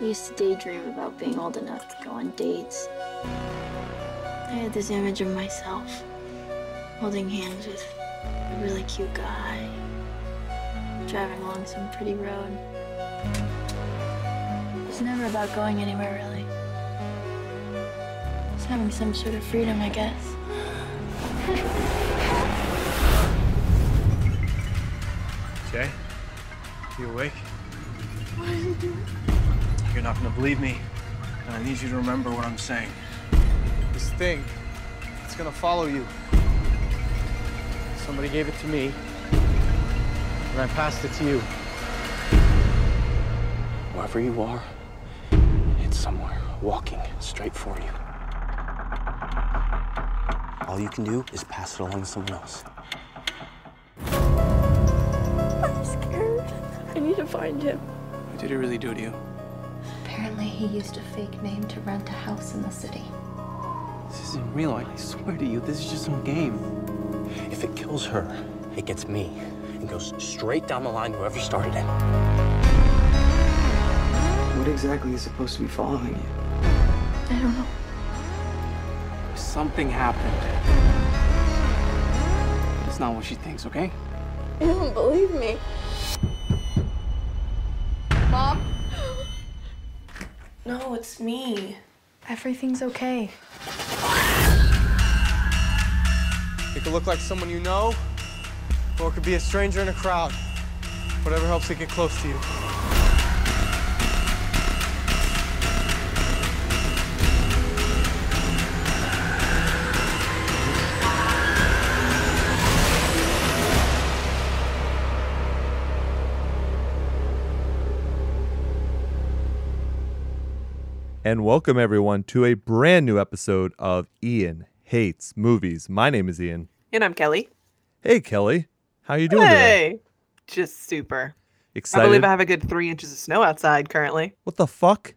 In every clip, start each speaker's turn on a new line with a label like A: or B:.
A: used to daydream about being old enough to go on dates. I had this image of myself holding hands with a really cute guy, driving along some pretty road. It's never about going anywhere, really. It's having some sort of freedom, I guess.
B: Jay, you awake? You're not gonna believe me, and I need you to remember what I'm saying. This thing, it's gonna follow you. Somebody gave it to me, and I passed it to you.
C: Wherever you are, it's somewhere walking straight for you. All you can do is pass it along to someone else.
A: I'm scared. I need to find him.
B: What did it really do to you?
D: Apparently, he used a fake name to rent a house in the city.
B: This isn't real. I swear to you, this is just some game.
C: If it kills her, it gets me and goes straight down the line whoever started it.
E: What exactly is supposed to be following you?
A: I don't know.
B: Something happened. It's not what she thinks, okay?
A: You don't believe me.
F: No, it's me.
G: Everything's okay.
B: It could look like someone you know, or it could be a stranger in a crowd. Whatever helps it get close to you.
H: And welcome everyone to a brand new episode of Ian Hates Movies. My name is Ian.
F: And I'm Kelly.
H: Hey Kelly, how you doing today?
F: Hey. Just super. I
H: Excited?
F: believe I have a good three inches of snow outside currently.
H: what the fuck?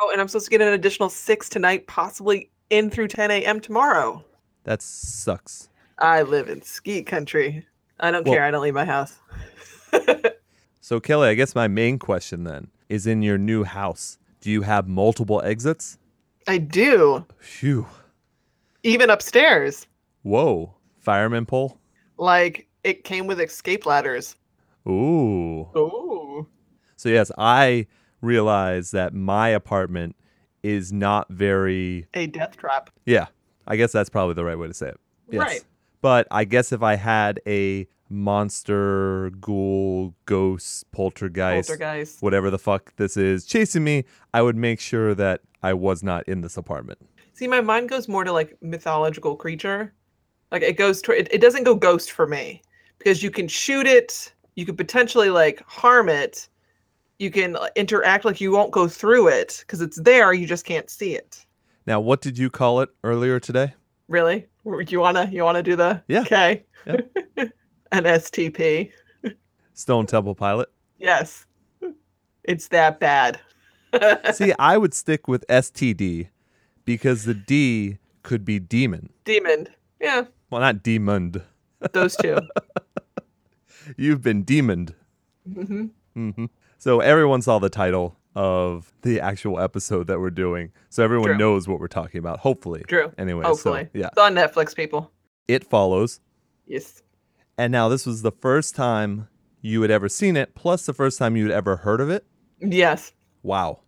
F: Oh, and I'm supposed to get an additional six tonight, possibly in through 10 a.m. tomorrow.
H: That sucks.
F: I live in ski country. I don't
H: Well-
F: care. I don't leave my house.
H: So Kelly, I guess my main question then is in your new house, do you have multiple exits?
F: I do.
H: Phew.
F: Even upstairs.
H: Whoa. Fireman pole?
F: Like, it came with escape ladders.
H: Ooh.
F: Oh.
H: So yes, I realize that my apartment is not very
F: A death trap.
H: Yeah. I guess that's probably the right way to say it. Yes.
F: Right.
H: But I guess if I had a monster, ghoul, ghost, poltergeist,
F: Poltergeist.
H: whatever the fuck this is chasing me, I would make sure that I was not in this apartment.
F: See, my mind goes more to like mythological creature. Like it goes to it, it doesn't go ghost for me because you can shoot it, you could potentially like harm it, you can uh, interact like you won't go through it because it's there, you just can't see it.
H: Now, what did you call it earlier today?
F: Really? W- You wanna you wanna do the
H: Yeah.
F: Okay.
H: Yeah.
F: An STP.
H: Stone Temple Pilot.
F: Yes. It's that bad.
H: See, I would stick with STD because the D could be demon.
F: Demon. Yeah,
H: Well, not demoned.
F: those two.
H: You've been demoned.
F: Mhm.
H: hmm So everyone saw the title of the actual episode that we're doing. So everyone
F: True.
H: knows what we're talking about, hopefully.
F: True.
H: Anyway,
F: Hopefully.
H: so yeah.
F: It's on Netflix, people.
H: It follows.
F: Yes.
H: And now this was the first time you had ever seen it, plus the first time you had ever heard of it.
F: Yes.
H: Wow.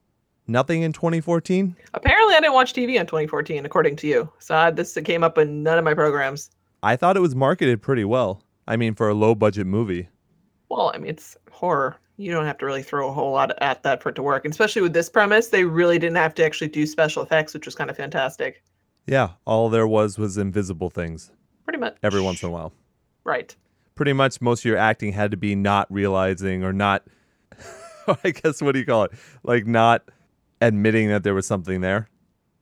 H: Nothing in 2014?
F: Apparently, I didn't watch TV in 2014, according to you. So I, this came up in none of my programs.
H: I thought it was marketed pretty well. I mean, for a low budget movie.
F: Well, I mean, it's horror. You don't have to really throw a whole lot at that for it to work. And especially with this premise, they really didn't have to actually do special effects, which was kind of fantastic.
H: Yeah, all there was was invisible things
F: Pretty much.
H: every once in a while.
F: Right.
H: Pretty much most of your acting had to be not realizing or not, I guess, what do you call it? Like not admitting that there was something there.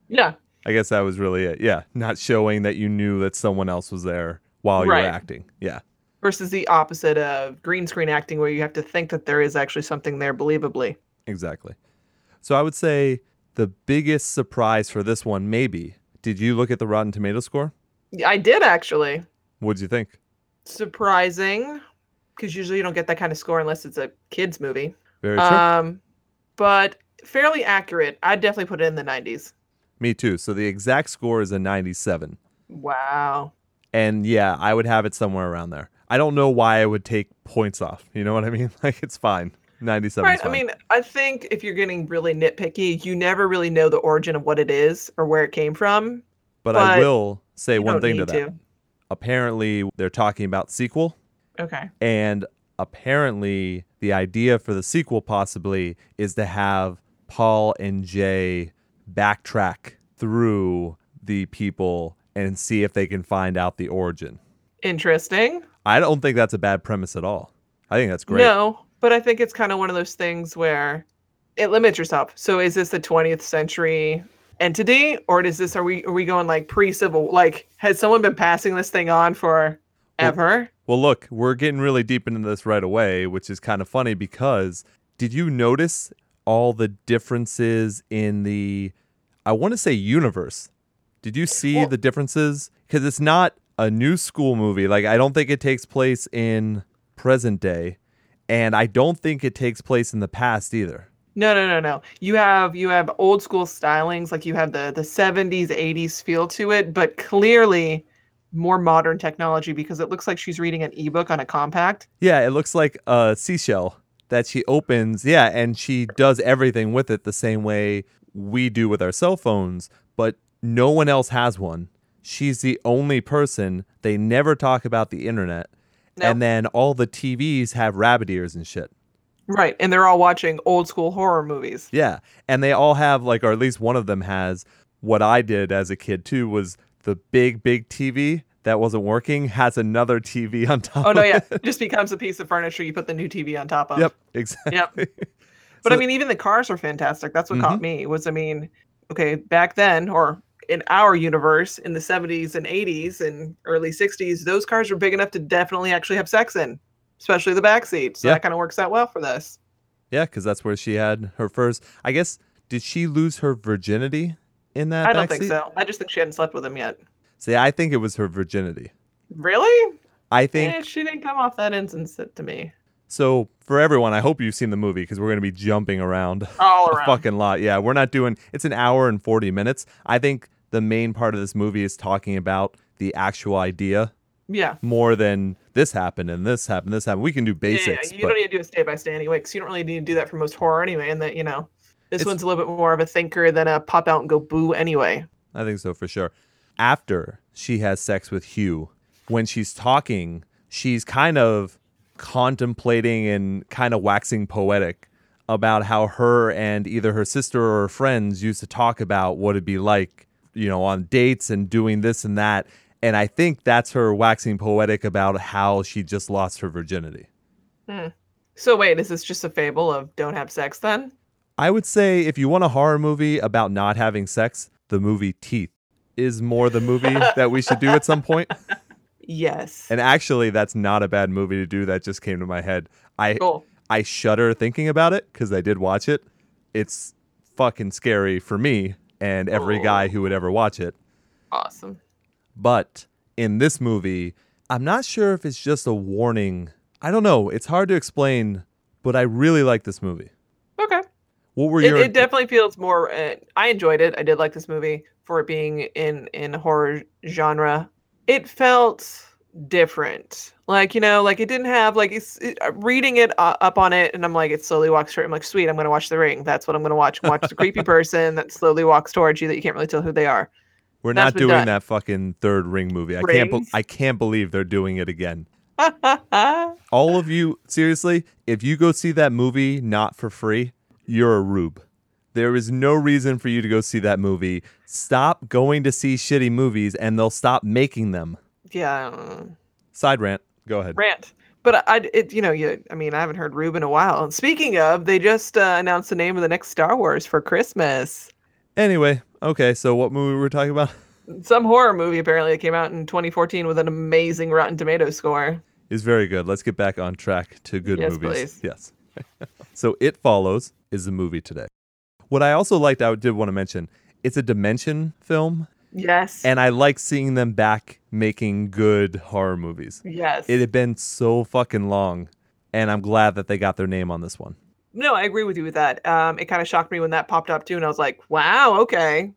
F: Yeah.
H: I guess that was really it. Yeah, not showing that you knew that someone else was there while you
F: Right.
H: were acting. Yeah.
F: Versus the opposite of green screen acting, where you have to think that there is actually something there believably.
H: Exactly. So I would say the biggest surprise for this one, maybe. Did you look at the Rotten Tomato score?
F: Yeah, I did actually.
H: What'd you think?
F: Surprising, because usually you don't get that kind of score unless it's a kids' movie.
H: Very true.
F: Um, but fairly accurate. I definitely put it in the 90s.
H: Me too. So the exact score is a 97.
F: Wow.
H: And yeah, I would have it somewhere around there. I don't know why I would take points off. You know what I mean? Like it's fine. 97
F: Right. I mean, I think if you're getting really nitpicky, you never really know the origin of what it is or where it came from.
H: but, I
F: but
H: will say
F: you
H: one
F: don't
H: thing to
F: need
H: that.
F: to.
H: Apparently, they're talking about sequel
F: Okay.
H: and apparently the idea for the sequel possibly is to have Paul and Jay backtrack through the people and see if they can find out the origin.
F: Interesting.
H: I don't think that's a bad premise at all. I think that's great.
F: No, but I think it's kind of one of those things where it limits yourself. So is this a 20th century entity or is this are we are we going like pre-civil like has someone been passing this thing on for ever?
H: Well, look, we're getting really deep into this right away, which is kind of funny because did you notice all the differences in the, I want to say universe? Did you see the differences? Because it's not a new school movie. Like, I don't think it takes place in present day, and I don't think it takes place in the past either.
F: No, no, no, no. You have you have old school stylings like you have the the 70s 80s feel to it, but clearly more modern technology because it looks like she's reading an ebook on a compact.
H: Yeah, it looks like a seashell that she opens. Yeah, and she does everything with it the same way we do with our cell phones, but no one else has one. She's the only person. They never talk about the internet.
F: No.
H: And then all the TVs have rabbit ears and shit.
F: Right, and they're all watching old school horror movies.
H: Yeah. And they all have, like, or at least one of them has what I did as a kid too was the big, big TV that wasn't working has another TV on top
F: Oh no,
H: of
F: yeah,
H: it.
F: it just becomes a piece of furniture you put the new TV on top of.
H: Yep. Exactly.
F: Yep. But I
H: So- Mm-hmm.
F: mean, even the cars are fantastic. That's what caught me was, I mean, okay, back then or in our universe in the 70s and 80s and early 60s, those cars were big enough to definitely actually have sex in, especially the back seat. So
H: Yeah.
F: that kind of works out well for this.
H: Yeah, because that's where she had her first. I guess did she lose her virginity in that?
F: I don't think
H: backseat?
F: so. I just think she hadn't slept with him yet.
H: See, I think it was her virginity.
F: Really?
H: I think
F: Eh, she didn't come off that instance to me.
H: so. For everyone, I hope you've seen the movie because we're going to be jumping around
F: All
H: a
F: around.
H: fucking lot. Yeah, we're not doing. It's an hour and forty minutes. I think the main part of this movie is talking about the actual idea
F: Yeah.
H: more than this happened and this happened. This happened. We can do
F: Yeah, yeah,
H: basics.
F: you
H: but-
F: don't need to do a stay by stay anyway, because you don't really need to do that for most horror anyway. And that, you know, this
H: It's-
F: one's a little bit more of a thinker than a pop out and go boo anyway.
H: I think so for sure. After she has sex with Hugh, when she's talking, she's kind of contemplating and kind of waxing poetic about how her and either her sister or her friends used to talk about what it'd be like, you know, on dates and doing this and that. And I think that's her waxing poetic about how she just lost her virginity.
F: So wait, is this just a fable of don't have sex then?
H: I would say if you want a horror movie about not having sex, the movie Teeth is more the movie that we should do at some point.
F: Yes.
H: And actually, that's not a bad movie to do. That just came to my head. I
F: Cool.
H: I shudder thinking about it because I did watch it. It's fucking scary for me and
F: Oh.
H: every guy who would ever watch it.
F: Awesome.
H: But in this movie, I'm not sure if it's just a warning. I don't know. It's hard to explain, but I really like this movie.
F: Okay.
H: What were
F: It,
H: your
F: it definitely feels more. Uh, I enjoyed it. I did like this movie for it being in in horror genre. It felt different. Like you know, like it didn't have like it's it, uh, reading it uh, up on it, and I'm like, it slowly walks straight. I'm like, sweet, I'm gonna watch The Ring. That's what I'm gonna watch. Watch the creepy person that slowly walks towards you that you can't really tell who they are.
H: We're not
F: that's been
H: doing
F: done.
H: that fucking third ring movie. I can't be-
F: Rings?
H: I can't believe they're doing it again. all of you seriously if you go see that movie not for free you're a rube there is no reason for you to go see that movie stop going to see shitty movies and they'll stop making them
F: yeah. I don't know.
H: side rant go ahead
F: rant. But I, it, you know, you, I mean, I haven't heard Rube in a while. And speaking of, they just uh, announced the name of the next Star Wars for Christmas.
H: anyway okay so what movie were we talking about
F: Some horror movie apparently that came out in 2014 with an amazing Rotten Tomato score.
H: is very good let's get back on track to good
F: Yes,
H: movies
F: please.
H: yes so it follows is the movie today what i also liked i did want to mention it's a dimension film
F: Yes.
H: and i like seeing them back making good horror movies
F: yes.
H: It had been so fucking long, and I'm glad that they got their name on this one.
F: No, I agree with you with that. Um, it kind of shocked me when that popped up too, and I was like, wow, okay,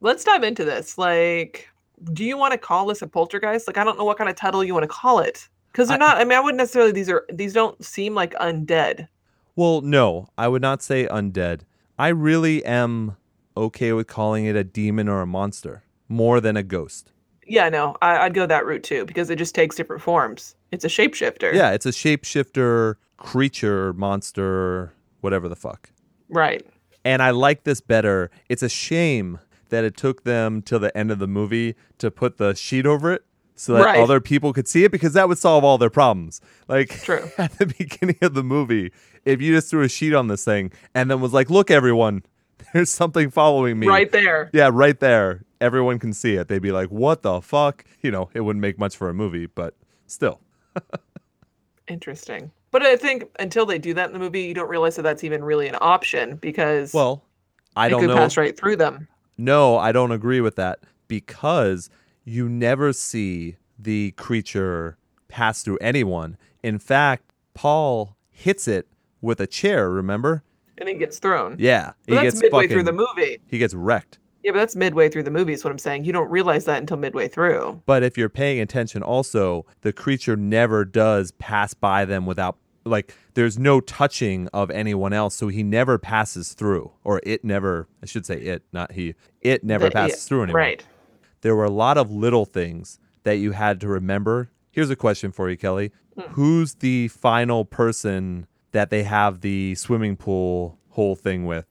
F: let's dive into this. Like, do you want to call this a poltergeist? Like, I don't know what kind of title you want to call it because they're
H: I-
F: not. I mean, I wouldn't necessarily. These are these don't seem like undead.
H: Well, no, I would not say undead. I really am okay with calling it a demon or a monster more than a ghost.
F: Yeah, no, I, I'd go that route too because it just takes different forms. It's a shapeshifter.
H: Yeah, it's a shapeshifter, creature, monster, whatever the fuck.
F: Right.
H: And I like this better. It's a shame that it took them till the end of the movie to put the sheet over it so that
F: Right.
H: other people could see it because that would solve all their problems. Like
F: True.
H: at the beginning of the movie, if you just threw a sheet on this thing and then was like, "Look everyone, there's something following me."
F: Right there.
H: Yeah, right there. Everyone can see it. They'd be like, "What the fuck?" You know, it wouldn't make much for a movie, but still.
F: Interesting. But I think until they do that in the movie, you don't realize that that's even really an option because
H: Well, I
F: it
H: don't
F: could
H: know.
F: pass right through them.
H: No, I don't agree with that because you never see the creature pass through anyone. In fact, Paul hits it with a chair, remember?
F: and he gets thrown.
H: Yeah.
F: But that's midway through the movie.
H: He gets wrecked.
F: Yeah, but that's midway through the movie is what I'm saying. You don't realize that until midway through.
H: But if you're paying attention also, the creature never does pass by them without like there's no touching of anyone else, so he never passes through. Or it never I should say it, not he. It never
F: That- yeah,
H: passes through anyone.
F: Right.
H: there were a lot of little things that you had to remember. Here's a question for you, Kelly. Who's the final person that they have the swimming pool whole thing with?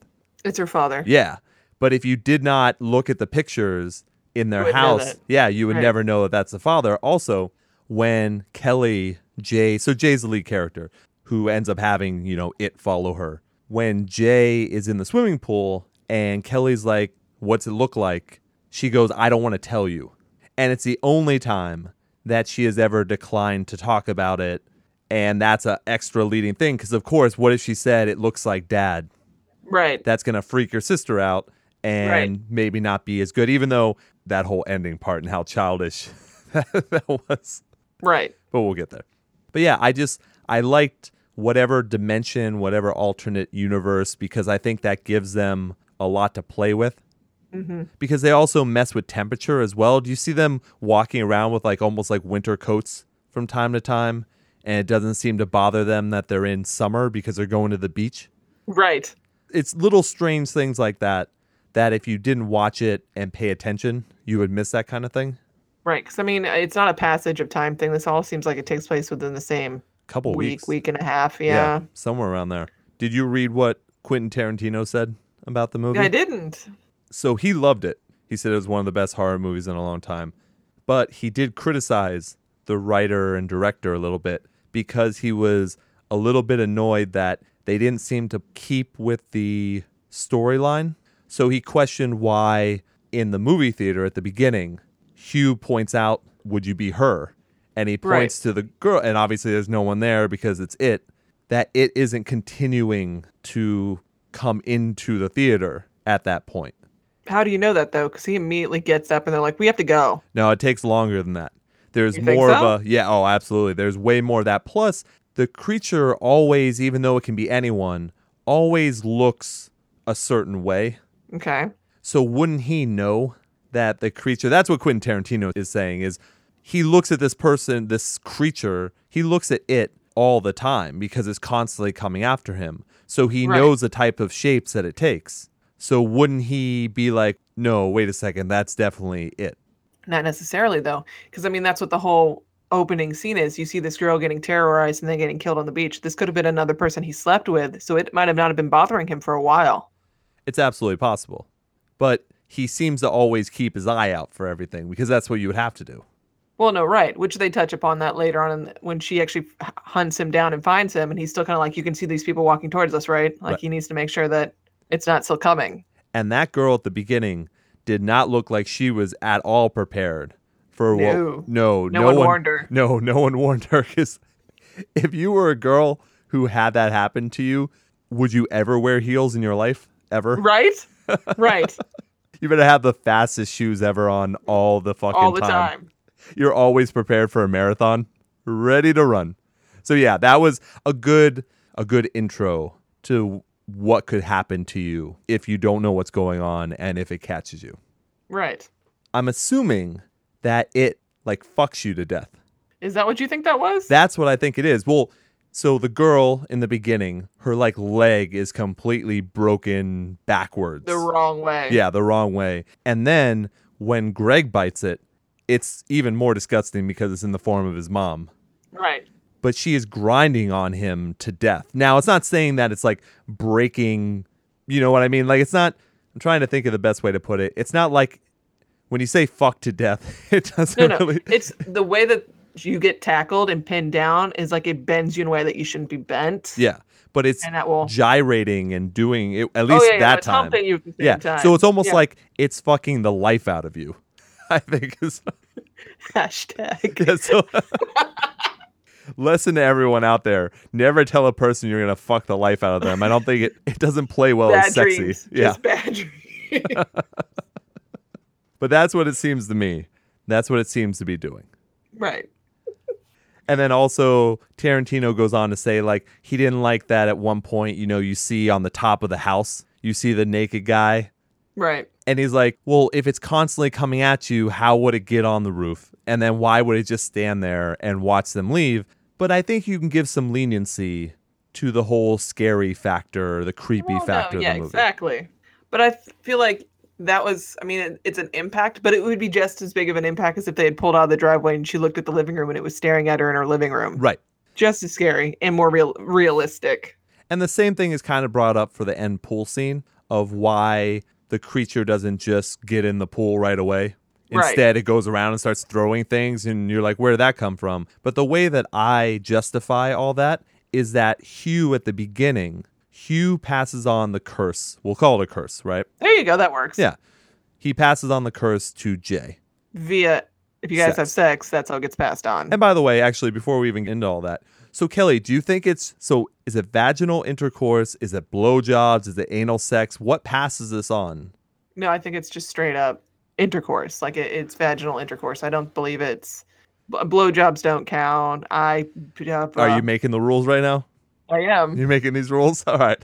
F: It's her father.
H: Yeah. But if you did not look at the pictures in their
F: wouldn't know
H: house,
F: that.
H: yeah, you would
F: Right.
H: never know that that's the father. Also, when Kelly, Jay, so Jay's the lead character who ends up having, you know, it follow her. When Jay is in the swimming pool and Kelly's like, What's it look like? She goes, I don't want to tell you. And it's the only time that she has ever declined to talk about it. And that's a extra leading thing. Because, of course, what if she said, It looks like dad?
F: Right.
H: that's going to freak your sister out and
F: Right.
H: maybe not be as good, even though that whole ending part and how childish that was.
F: Right.
H: But we'll get there. But yeah, I just, I liked whatever dimension, whatever alternate universe, because I think that gives them a lot to play with. Because they also mess with temperature as well. Do you see them walking around with like almost like winter coats from time to time? And it doesn't seem to bother them that they're in summer because they're going to the beach
F: Right.
H: it's little strange things like that that if you didn't watch it and pay attention, you would miss that kind of thing.
F: Right. Because I mean, it's not a passage of time thing. This all seems like it takes place within the same
H: Couple
F: week,
H: weeks,
F: week and a half. Yeah.
H: somewhere around there. Did you read what Quentin Tarantino said about the movie?
F: I didn't.
H: So he loved it. He said it was one of the best horror movies in a long time. But he did criticize the writer and director a little bit because he was a little bit annoyed that they didn't seem to keep with the storyline. So he questioned why, in the movie theater at the beginning, Hugh points out, Would you be her? And he
F: Right.
H: points to the girl. And obviously, there's no one there because it's it that it isn't continuing to come into the theater at that point.
F: How do you know that though? Because he immediately gets up and they're like, "We have to go."
H: No, it takes longer than that. There's
F: You think
H: more
F: so?
H: of a yeah, oh, absolutely. There's way more of that. Plus, the creature always, even though it can be anyone, always looks a certain way.
F: Okay.
H: So wouldn't he know that the creature? That's what Quentin Tarantino is saying. Is he looks at this person, this creature? He looks at it all the time because it's constantly coming after him. So he
F: Right.
H: knows the type of shapes that it takes. So wouldn't he be like, no, wait a second, that's definitely it.
F: Not necessarily though, because I mean that's what the whole opening scene is. You see this girl getting terrorized and then getting killed on the beach. This could have been another person he slept with, so it might have not have been bothering him for a while.
H: It's absolutely possible. But he seems to always keep his eye out for everything because that's what you would have to do.
F: Well, no, right, which they touch upon that later on in the, when she actually h- hunts him down and finds him, and he's still kind of like, you can see these people walking towards us, right? Like
H: Right.
F: he needs to make sure that it's not still coming.
H: And that girl at the beginning did not look like she was at all prepared for what.
F: No.
H: No, no,
F: one warned her.
H: No, no one warned her. Because if you were a girl who had that happen to you, would you ever wear heels in your life? Ever?
F: Right? right.
H: You better have the fastest shoes ever on all the fucking
F: All the time.
H: you're always prepared for a marathon, ready to run. So yeah, that was a good a good intro to what could happen to you if you don't know what's going on and if it catches you.
F: Right.
H: I'm assuming that it like fucks you to death.
F: Is that what you think that was?
H: That's what I think it is. Well, so the girl in the beginning, her like leg is completely broken backwards.
F: the wrong way.
H: Yeah, the wrong way. And then when Greg bites it, it's even more disgusting because it's in the form of his mom.
F: Right.
H: But she is grinding on him to death. Now, it's not saying that it's like breaking, you know what I mean? Like, it's not, I'm trying to think of the best way to put it. It's not like when you say fuck to death, it doesn't
F: No, no.
H: really.
F: it's the way that you get tackled and pinned down is like it bends you in a way that you shouldn't be bent.
H: yeah. But it's
F: And that will. Oh,
H: gyrating and doing it, at least
F: yeah, yeah,
H: that
F: it's
H: time.
F: humping you at the same
H: yeah.
F: time.
H: So it's almost
F: Yeah.
H: like it's fucking the life out of you. I think is
F: Hashtag.
H: Yeah, so lesson to everyone out there: never tell a person you're gonna fuck the life out of them. I don't think it it doesn't play well
F: bad
H: as Oh, sexy.
F: dreams.
H: Yeah,
F: Just bad dreams.
H: but that's what it seems to me. That's what it seems to be doing.
F: right.
H: And then also Tarantino goes on to say like he didn't like that at one point. You know, you see on the top of the house, you see the naked guy
F: Right.
H: And he's like, Well, if it's constantly coming at you, how would it get on the roof? And then why would it just stand there and watch them leave? But I think you can give some leniency to the whole scary factor, the creepy
F: Well, no,
H: factor
F: yeah,
H: of the movie.
F: exactly. But I f- feel like that was, I mean, it, it's an impact, but it would be just as big of an impact as if they had pulled out of the driveway and she looked at the living room and it was staring at her in her living room.
H: Right.
F: Just as scary and more real realistic.
H: And the same thing is kind of brought up for the end pool scene of why the creature doesn't just get in the pool right away.
F: Right.
H: Instead, it goes around and starts throwing things, and you're like, where did that come from? But the way that I justify all that is that Hugh at the beginning, Hugh passes on the curse. We'll call it a curse, right?
F: There you go. That works.
H: Yeah. He passes on the curse to Jay.
F: Via, if you guys
H: Sex.
F: have sex, that's how it gets passed on.
H: And by the way, actually, before we even get into all that, so Kelly, do you think it's so? Is it vaginal intercourse? Is it blowjobs? Is it anal sex? What passes this on?
F: No, I think it's just straight up intercourse. Like it, it's vaginal intercourse. I don't believe it's b- blowjobs don't count. I uh,
H: Are you making the rules right now?
F: I am.
H: You're making these rules? All right.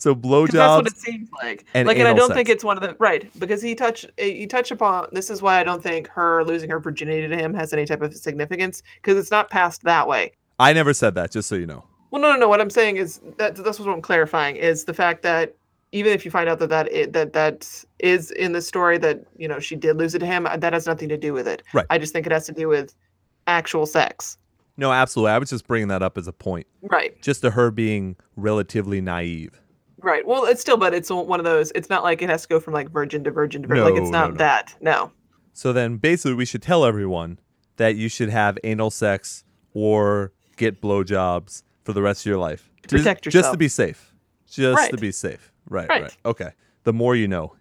H: So
F: 'Cause that's what
H: blowjobs.
F: it seems like.
H: and
F: like, and I
H: anal
F: don't think
H: sex.
F: it's one of the right because he touch eh, you touch upon. This is why I don't think her losing her virginity to him has any type of significance because it's not passed that way.
H: I never said that, just so you know.
F: Well, no, no, no. What I'm saying is that that's what I'm clarifying is the fact that even if you find out that that i that that is in the story that you know she did lose it to him, uh, that has nothing to do with it.
H: Right.
F: I just think it has to do with actual sex.
H: No, absolutely. I was just bringing that up as a point,
F: Right.
H: just to her being relatively naive.
F: Right. Well, it's still, but it's one of those. It's not like it has to go from like virgin to virgin to virgin. like it's
H: No, no,
F: not
H: no.
F: that. No.
H: So then basically, we should tell everyone that you should have anal sex or get blowjobs for the rest of your life. To
F: protect
H: Just
F: yourself.
H: to be safe. Just to
F: Right.
H: be safe. Right, right,
F: Right.
H: Okay. The more you know.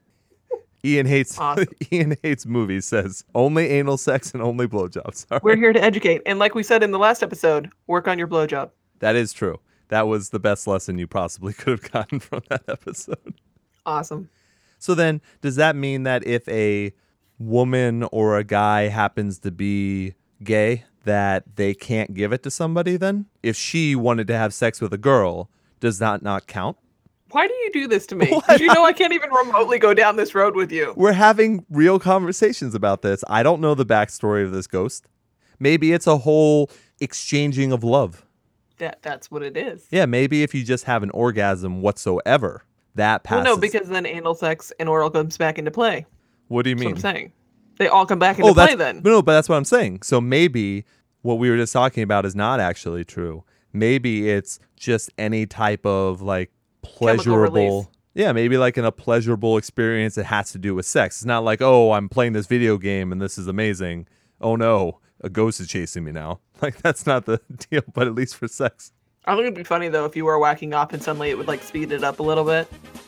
H: Ian hates
F: Awesome.
H: Ian hates movies says only anal sex and only blowjobs. All
F: We're here to educate. And like we said in the last episode, work on your blowjob.
H: That is true. That was the best lesson you possibly could have gotten from that episode.
F: Awesome.
H: So then, does that mean that if a woman or a guy happens to be gay, that they can't give it to somebody then? If she wanted to have sex with a girl, does that not count?
F: Why do you do this to me? 'Cause you know I can't even remotely go down this road with you.
H: We're having real conversations about this. I don't know the backstory of this ghost. Maybe it's a whole exchanging of love.
F: That that's what it is.
H: Yeah, maybe if you just have an orgasm whatsoever, that
F: Well,
H: passes.
F: no, because then anal sex and oral comes back into play.
H: what do you
F: That's
H: mean? Oh,
F: what I'm saying. They all come back into
H: that's,
F: play then.
H: No, but that's what I'm saying. So maybe what we were just talking about is not actually true. Maybe it's just any type of like
F: release.
H: pleasurable. Yeah, maybe like in a pleasurable experience that has to do with sex. It's not like, oh, I'm playing this video game and this is amazing. Oh no, a ghost is chasing me now. Like that's not the deal, but at least for sex.
F: I think it'd be funny though if you were whacking off and suddenly it would like speed it up a little bit.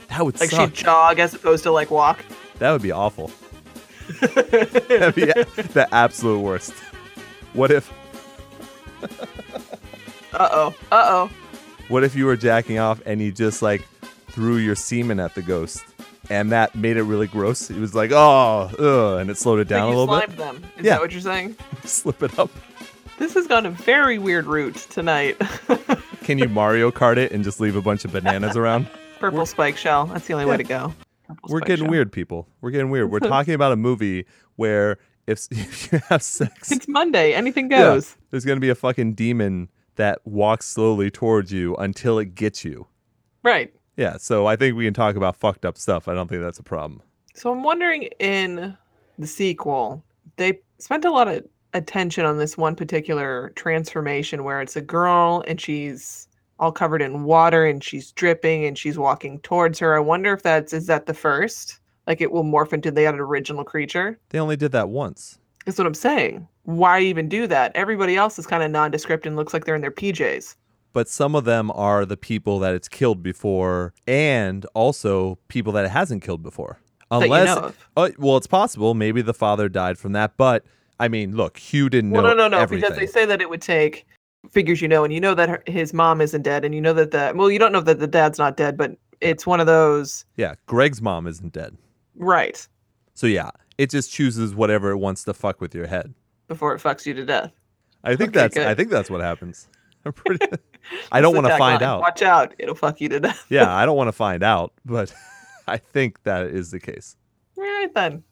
H: That would
F: Like
H: suck.
F: she'd jog as opposed to like walk.
H: That would be awful. That'd be a- the absolute worst. What if
F: Uh oh. Uh oh.
H: What if you were jacking off and you just like threw your semen at the ghost and that made it really gross? It was like, oh, ugh, and it slowed it down
F: like
H: a
F: you
H: little
F: slimed
H: bit.
F: them. Is
H: Yeah.
F: that what you're saying?
H: Slip it up.
F: This has gone a very weird route tonight.
H: can you Mario Kart it and just leave a bunch of bananas around?
F: Purple spike shell. That's the only way to go. Purple
H: We're
F: spike
H: getting
F: shell.
H: weird, people. We're getting weird. We're talking about a movie where if, if you have sex,
F: It's Monday. Anything
H: yeah,
F: goes.
H: there's going to be a fucking demon that walks slowly towards you until it gets you.
F: Right.
H: Yeah, so I think we can talk about fucked up stuff. I don't think that's a problem.
F: So I'm wondering in the sequel, they spent a lot of attention on this one particular transformation where it's a girl and she's all covered in water and she's dripping and she's walking towards her. I wonder if that's is that the first? Like it will morph into the original creature.
H: They only did that once.
F: That's what I'm saying. Why even do that? Everybody else is kind of nondescript and looks like they're in their PJs.
H: but some of them are the people that it's killed before and also people that it hasn't killed before.
F: you
H: Unless,
F: know of.
H: Oh, well, it's possible. Maybe the father died from that. But I mean, look, Hugh didn't
F: Well,
H: know
F: no, no, no,
H: everything.
F: because they say that it would take figures you know, and you know that her, his mom isn't dead, and you know that the well, you don't know that the dad's not dead, but it's one of those
H: yeah, Greg's mom isn't dead.
F: right
H: So yeah, it just chooses whatever it wants to fuck with your head.
F: before it fucks you to death.
H: I think
F: Okay,
H: that's.
F: good.
H: I think that's what happens. I'm pretty- I don't
F: That's
H: want
F: the
H: to find
F: tagline.
H: out.
F: Watch out, it'll fuck you to death.
H: Yeah, I don't want to find out, but I think that is the case.
F: All right then,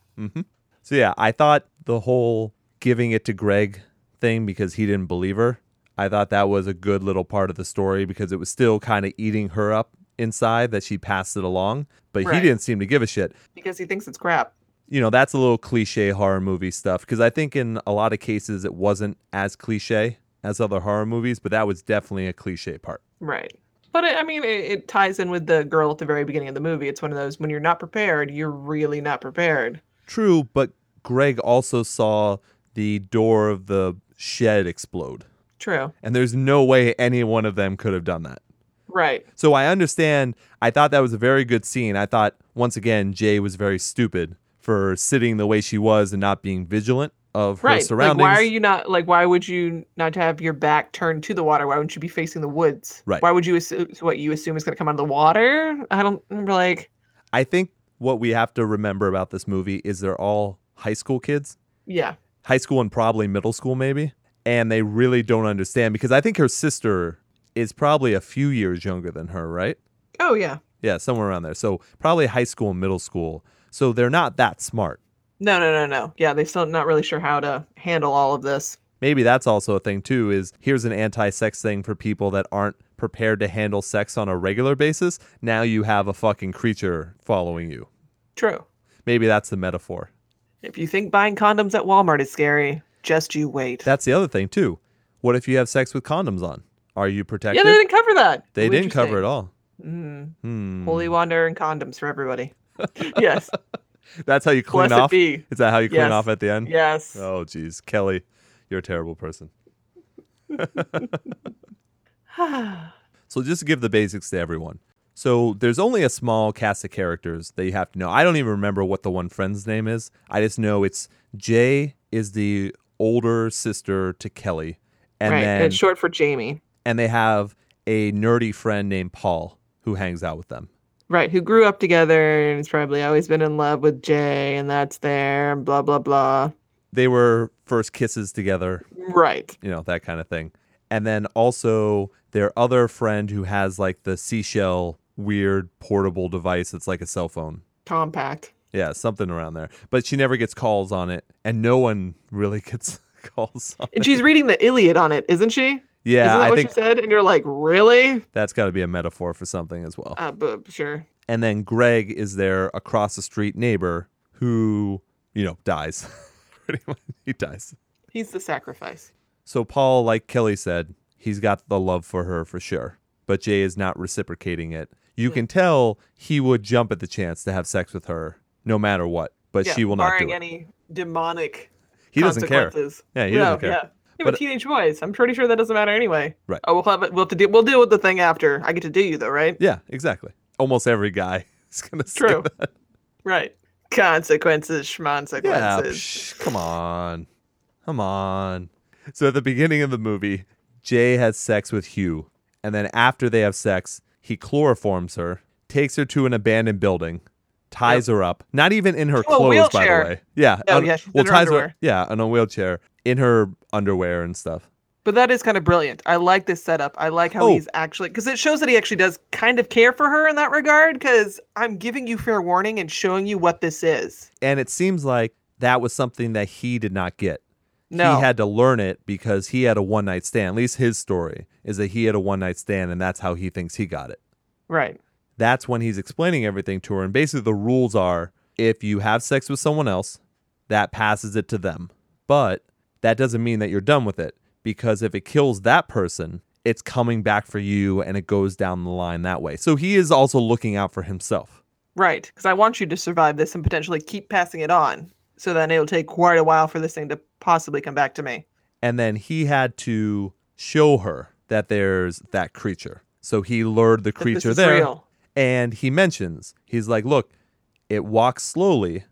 H: So yeah, I thought the whole giving it to Greg thing because he didn't believe her. I thought that was a good little part of the story because it was still kind of eating her up inside that she passed it along, but he
F: Right.
H: didn't seem to give a shit.
F: because he thinks it's crap.
H: You know, that's a little cliche horror movie stuff because I think in a lot of cases it wasn't as cliche as other horror movies, but that was definitely a cliche part.
F: Right. But it, I mean, it, it ties in with the girl at the very beginning of the movie. It's one of those when you're not prepared, you're really not prepared.
H: True, but Greg also saw the door of the shed explode,
F: True.
H: and there's no way any one of them could have done that.
F: Right.
H: So I understand. I thought that was a very good scene. I thought once again Jay was very stupid for sitting the way she was and not being vigilant of her
F: Right.
H: surroundings.
F: Like, why are you not like? Why would you not have your back turned to the water? Why wouldn't you be facing the woods?
H: Right.
F: Why would you assume what you assume is going to come out of the water? I don't like.
H: I think what we have to remember about this movie is they're all high school kids,
F: Yeah.
H: high school and probably middle school maybe, and they really don't understand because I think her sister is probably a few years younger than her, right?
F: Oh yeah.
H: Yeah, somewhere around there. So probably high school and middle school. So they're not that smart.
F: No, no, no, no. Yeah, they still not really sure how to handle all of this.
H: maybe that's also a thing too is here's an anti-sex thing for people that aren't prepared to handle sex on a regular basis now you have a fucking creature following you
F: True.
H: maybe that's the metaphor
F: If you think buying condoms at Walmart is scary, just you wait.
H: that's the other thing too what if you have sex with condoms on are you protected
F: yeah, they didn't cover that.
H: They didn't cover it all
F: Mm-hmm.
H: Hmm. Mm.
F: Holy water and condoms for everybody. yes.
H: that's how you clean
F: Blessed
H: off
F: be.
H: is that how you clean
F: Yes.
H: off at the end
F: Yes.
H: oh jeez kelly you're a terrible person So just to give the basics to everyone. So there's only a small cast of characters that you have to know. I don't even remember what the one friend's name is. I just know it's Jay is the older sister to Kelly, and
F: right.
H: then
F: it's short for Jamie.
H: and they have a nerdy friend named Paul who hangs out with them.
F: Right, who grew up together and has probably always been in love with Jay, and that's there, and blah, blah, blah.
H: They were first kisses together,
F: Right.
H: you know that kind of thing. And then also their other friend who has like the seashell weird portable device that's like a cell phone.
F: Compact.
H: Yeah, something around there. But she never gets calls on it, and no one really gets calls on it.
F: And she's reading the Iliad on it, isn't she?
H: Yeah,
F: Isn't that
H: I
F: what
H: think
F: she said? And you're like, really?
H: that's got to be a metaphor for something as well.
F: Uh, bu- sure.
H: And then Greg is their across the street neighbor who, you know, dies. Pretty much, he dies.
F: He's the sacrifice.
H: So Paul, like Kelly said, he's got the love for her for sure, but Jay is not reciprocating it. You can tell he would jump at the chance to have sex with her, no matter what. But
F: Yeah,
H: she will not
F: barring
H: do it.
F: any demonic
H: he doesn't care.
F: consequences.
H: Yeah, he
F: No,
H: doesn't care.
F: Yeah. Yeah,
H: But-
F: but teenage boys. I'm pretty sure that doesn't matter anyway.
H: Right.
F: Oh, we'll have it. We'll have to deal. We'll deal with the thing after. I get to do you though, right?
H: Yeah, exactly. Almost every guy is gonna say
F: True.
H: that.
F: Right. Consequences, schmonsequences.
H: Yeah, psh, come on, come on. So at the beginning of the movie, Jay has sex with Hugh, and then after they have sex, he chloroforms her, takes her to an abandoned building, ties her up. Not even in her
F: To a
H: clothes, by
F: wheelchair.
H: the way. Yeah.
F: Oh,
H: on-
F: yeah, she's in
H: well,
F: her
H: ties
F: underwear.
H: her. Yeah, in a wheelchair, in her underwear and stuff.
F: But that is kind of brilliant. I like this setup. I like how
H: Oh.
F: he's actually because it shows that he actually does kind of care for her in that regard. Because I'm giving you fair warning and showing you what this is.
H: And it seems like that was something that he did not get.
F: No,
H: He had to learn it because he had a one night stand. At least his story is that he had a one night stand and that's how he thinks he got it.
F: right.
H: That's when he's explaining everything to her. And basically, the rules are if you have sex with someone else, that passes it to them. But that doesn't mean that you're done with it because if it kills that person, it's coming back for you and it goes down the line that way. So he is also looking out for himself.
F: Right, because I want you to survive this and potentially keep passing it on. So then it'll take quite a while for this thing to possibly come back to me.
H: And then he had to show her that there's that creature. So he lured the
F: That this
H: creature
F: is
H: there.
F: real.
H: And he mentions, he's like, look, it walks slowly,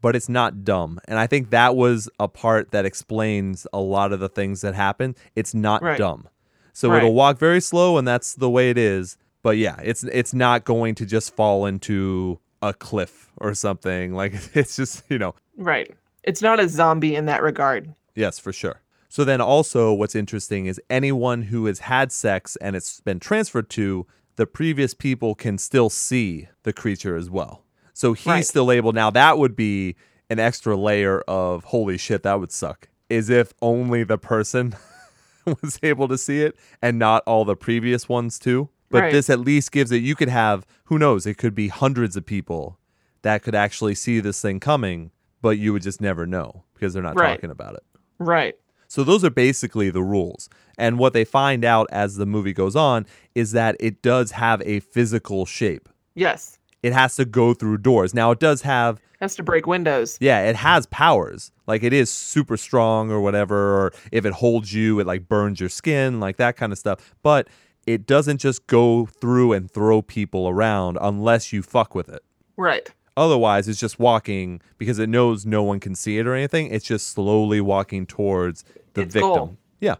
H: but it's not dumb. And I think that was a part that explains a lot of the things that happen. It's not
F: Right.
H: dumb. So
F: Right.
H: it'll walk very slow and that's the way it is. But yeah, it's it's not going to just fall into a cliff or something. Like it's just, you know,
F: Right. It's not a zombie in that regard.
H: Yes, for sure. So then also what's interesting is anyone who has had sex and it's been transferred to, the previous people can still see the creature as well. So he's
F: Right.
H: still able now that would be an extra layer of holy shit, that would suck. Is if only the person was able to see it and not all the previous ones too. But
F: Right.
H: this at least gives it you could have who knows, it could be hundreds of people that could actually see this thing coming, but you would just never know because they're not
F: Right.
H: talking about it.
F: Right.
H: So those are basically the rules. And what they find out as the movie goes on is that it does have a physical shape.
F: Yes.
H: It has to go through doors. Now it does have
F: Has to break windows.
H: yeah, it has powers. Like it is super strong or whatever or if it holds you it like burns your skin, like that kind of stuff. But it doesn't just go through and throw people around unless you fuck with it.
F: Right.
H: Otherwise, it's just walking because it knows no one can see it or anything. It's just slowly walking towards the
F: Its
H: victim.
F: goal.
H: Yeah.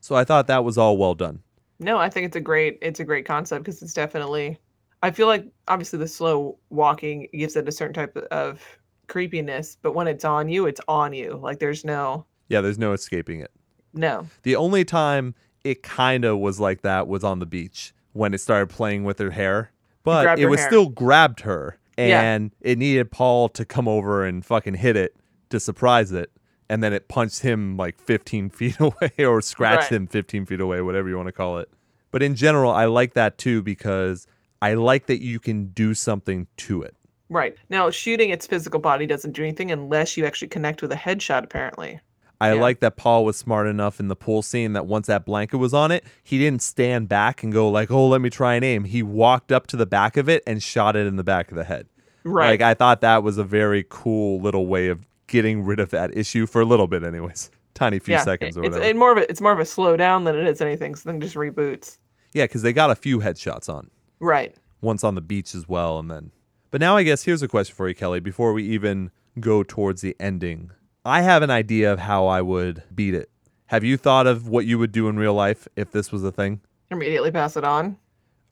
H: So I thought that was all well done.
F: No, I think it's a great it's a great concept because it's definitely I feel like obviously the slow walking gives it a certain type of creepiness, but when it's on you, it's on you. Like there's no
H: Yeah, there's no escaping it.
F: no.
H: The only time it kind of was like that was on the beach when it started playing with her hair, but
F: grabbed
H: it
F: her
H: was
F: hair.
H: still grabbed her
F: Yeah.
H: and it needed Paul to come over and fucking hit it to surprise it. And then it punched him like 15 feet away or scratched
F: Right.
H: him 15 feet away, whatever you want to call it. But in general, I like that too because I like that you can do something to it.
F: Right. Now shooting its physical body doesn't do anything unless you actually connect with a headshot apparently.
H: I
F: Yeah.
H: like that Paul was smart enough in the pool scene that once that blanket was on it, he didn't stand back and go like, "Oh, let me try and aim." He walked up to the back of it and shot it in the back of the head.
F: Right.
H: Like I thought that was a very cool little way of getting rid of that issue for a little bit, anyways. Tiny few seconds
F: it-
H: or
F: it's,
H: whatever.
F: it more of a, it's more of a slow down than it is anything. So then just reboots.
H: yeah, because they got a few headshots on.
F: Right.
H: once on the beach as well and then but now i guess here's a question for you kelly before we even go towards the ending i have an idea of how i would beat it have you thought of what you would do in real life if this was a thing
F: Immediately pass it on.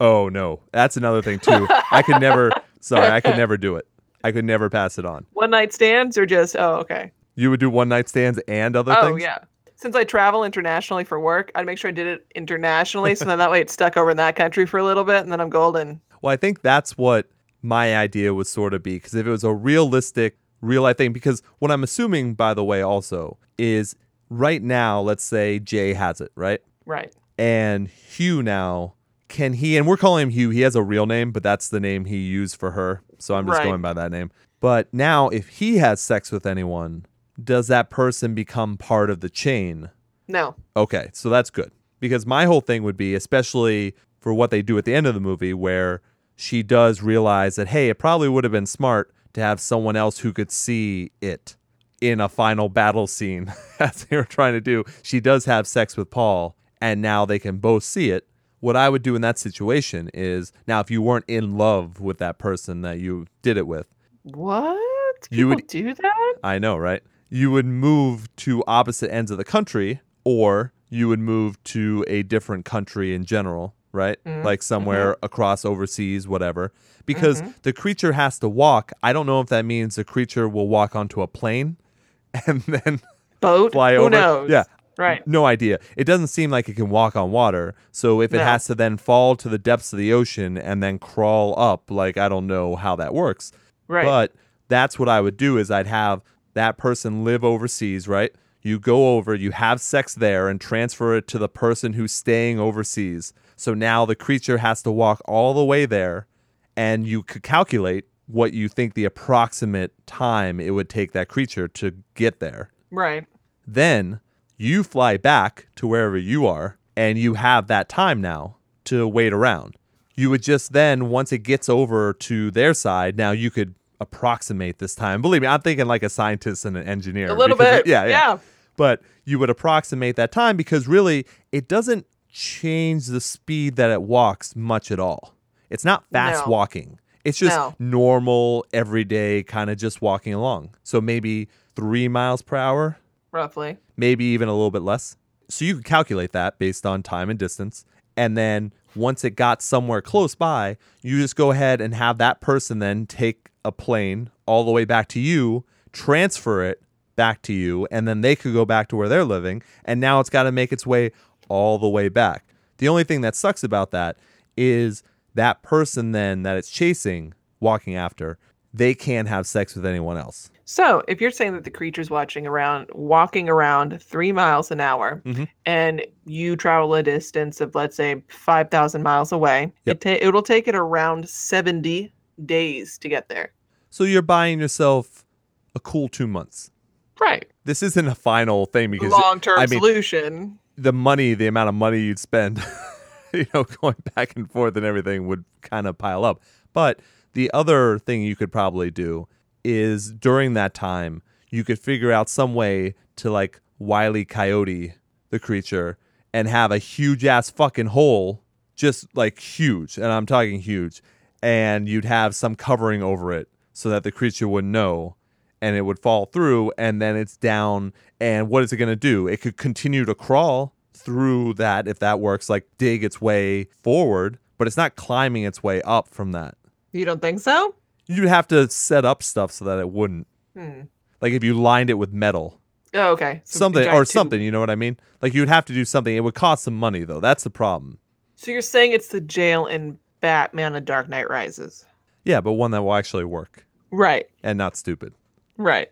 H: oh no that's another thing too i could never sorry i could never do it i could never pass it on
F: One night stands or just oh okay.
H: you would do one night stands and other
F: oh
H: things
F: yeah. Since I travel internationally for work, I'd make sure I did it internationally, so then that way it's stuck over in that country for a little bit, and then I'm golden.
H: Well, I think that's what my idea would sort of be because if it was a realistic, real life thing, because what I'm assuming, by the way, also is right now, let's say Jay has it, right?
F: Right.
H: And Hugh now, can he, and we're calling him Hugh, he has a real name, but that's the name he used for her. So I'm just
F: Right.
H: going by that name. But now, if he has sex with anyone, does that person become part of the chain?
F: No.
H: Okay, so that's good. Because my whole thing would be, especially for what they do at the end of the movie, where she does realize that, hey, it probably would have been smart to have someone else who could see it in a final battle scene, as they were trying to do. She does have sex with Paul, and now they can both see it. What I would do in that situation is now, if you weren't in love with that person that you did it with,
F: What? People
H: You would-
F: do that?
H: I know, right? You would move to opposite ends of the country, or you would move to a different country in general, right?
F: Mm-hmm.
H: Like somewhere across overseas, whatever. Because
F: Mm-hmm.
H: the creature has to walk. I don't know if that means the creature will walk onto a plane and then
F: Boat?
H: fly
F: Who
H: over.
F: knows?
H: Yeah.
F: Right.
H: no idea. It doesn't seem like it can walk on water. So if it
F: No.
H: has to then fall to the depths of the ocean and then crawl up, like I don't know how that works.
F: Right.
H: But that's what I would do is I'd have that person live overseas, right? You go over, you have sex there and transfer it to the person who's staying overseas. So now the creature has to walk all the way there and you could calculate what you think the approximate time it would take that creature to get there
F: right.
H: then you fly back to wherever you are and you have that time now to wait around. You would just then, once it gets over to their side, now you could approximate this time. Believe me, I'm thinking like a scientist and an engineer.
F: A little
H: because-
F: bit. Yeah.
H: But you would approximate that time because really it doesn't change the speed that it walks much at all. It's not fast
F: No.
H: walking. It's just
F: No.
H: normal, everyday kind of just walking along. So maybe three miles per hour,
F: Roughly.
H: maybe even a little bit less. So you could calculate that based on time and distance. And then once it got somewhere close by, you just go ahead and have that person then take a plane all the way back to you, transfer it back to you, and then they could go back to where they're living. And now it's got to make its way all the way back. The only thing that sucks about that is that person then that it's chasing, walking after, they can't have sex with anyone else.
F: So, if you're saying that the creature's watching around, walking around three miles an hour,
H: Mhm.
F: and you travel a distance of, let's say, 5,000 miles away,
H: Yep.
F: it ta- it'll take it around 70 days to get there.
H: So you're buying yourself a cool two months.
F: Right.
H: this isn't a final thing because
F: Long term
H: I mean,
F: solution.
H: the money, the amount of money you'd spend, you know, going back and forth and everything would kind of pile up. But the other thing you could probably do is during that time, you could figure out some way to like Wiley Coyote, the creature, and have a huge ass fucking hole, just like huge, and I'm talking huge, and you'd have some covering over it so that the creature would know and it would fall through and then it's down and what is it going to do it could continue to crawl through that if that works like dig its way forward but it's not climbing its way up from that
F: You don't think so?
H: you'd have to set up stuff so that it wouldn't
F: Hmm.
H: like if you lined it with metal
F: Oh, okay. So
H: something
F: giant
H: or
F: tube.
H: something you know what i mean like you'd have to do something it would cost some money though that's the problem
F: So, you're saying it's the jail in Batman and Dark Knight Rises.
H: yeah but one that will actually work
F: Right.
H: and not stupid
F: Right.